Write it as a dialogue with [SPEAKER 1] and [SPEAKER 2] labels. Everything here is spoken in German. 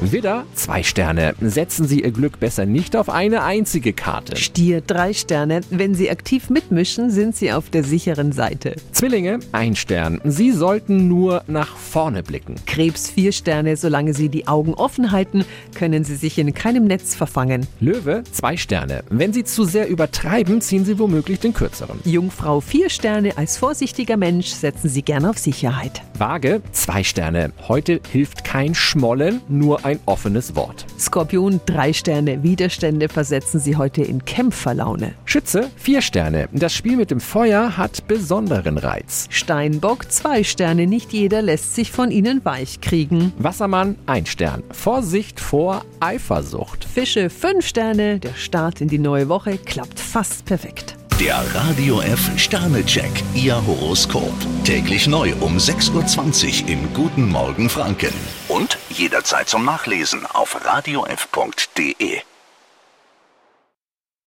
[SPEAKER 1] Widder, zwei Sterne. Setzen Sie Ihr Glück besser nicht auf eine einzige Karte.
[SPEAKER 2] Stier drei Sterne. Wenn Sie aktiv mitmischen, sind Sie auf der sicheren Seite.
[SPEAKER 1] Zwillinge, ein Stern. Sie sollten nur nach vorne blicken.
[SPEAKER 2] Krebs vier Sterne. Solange Sie die Augen offen halten, können Sie sich in keinem Netz verfangen.
[SPEAKER 1] Löwe, zwei Sterne. Wenn Sie zu sehr übertreiben, ziehen Sie womöglich den kürzeren.
[SPEAKER 2] Jungfrau vier Sterne. Als vorsichtiger Mensch setzen Sie gern auf Sicherheit.
[SPEAKER 1] Waage, zwei Sterne. Heute hilft kein Schmollen, nur ein offenes Wort.
[SPEAKER 2] Skorpion drei Sterne. Widerstände versetzen Sie heute in Kämpferlaune.
[SPEAKER 1] Schütze, vier Sterne. Das Spiel mit dem Feuer hat besonderen Reiz.
[SPEAKER 2] Steinbock zwei Sterne. Nicht jeder lässt sich von Ihnen weich kriegen.
[SPEAKER 1] Wassermann, ein Stern. Vorsicht vor Eifersucht.
[SPEAKER 2] Fische fünf Sterne. Der Start in die neue Woche klappt fast perfekt.
[SPEAKER 3] Der Radio F Sternecheck, Ihr Horoskop. Täglich neu um 6.20 Uhr im Guten Morgen Franken. Und jederzeit zum Nachlesen auf radiof.de.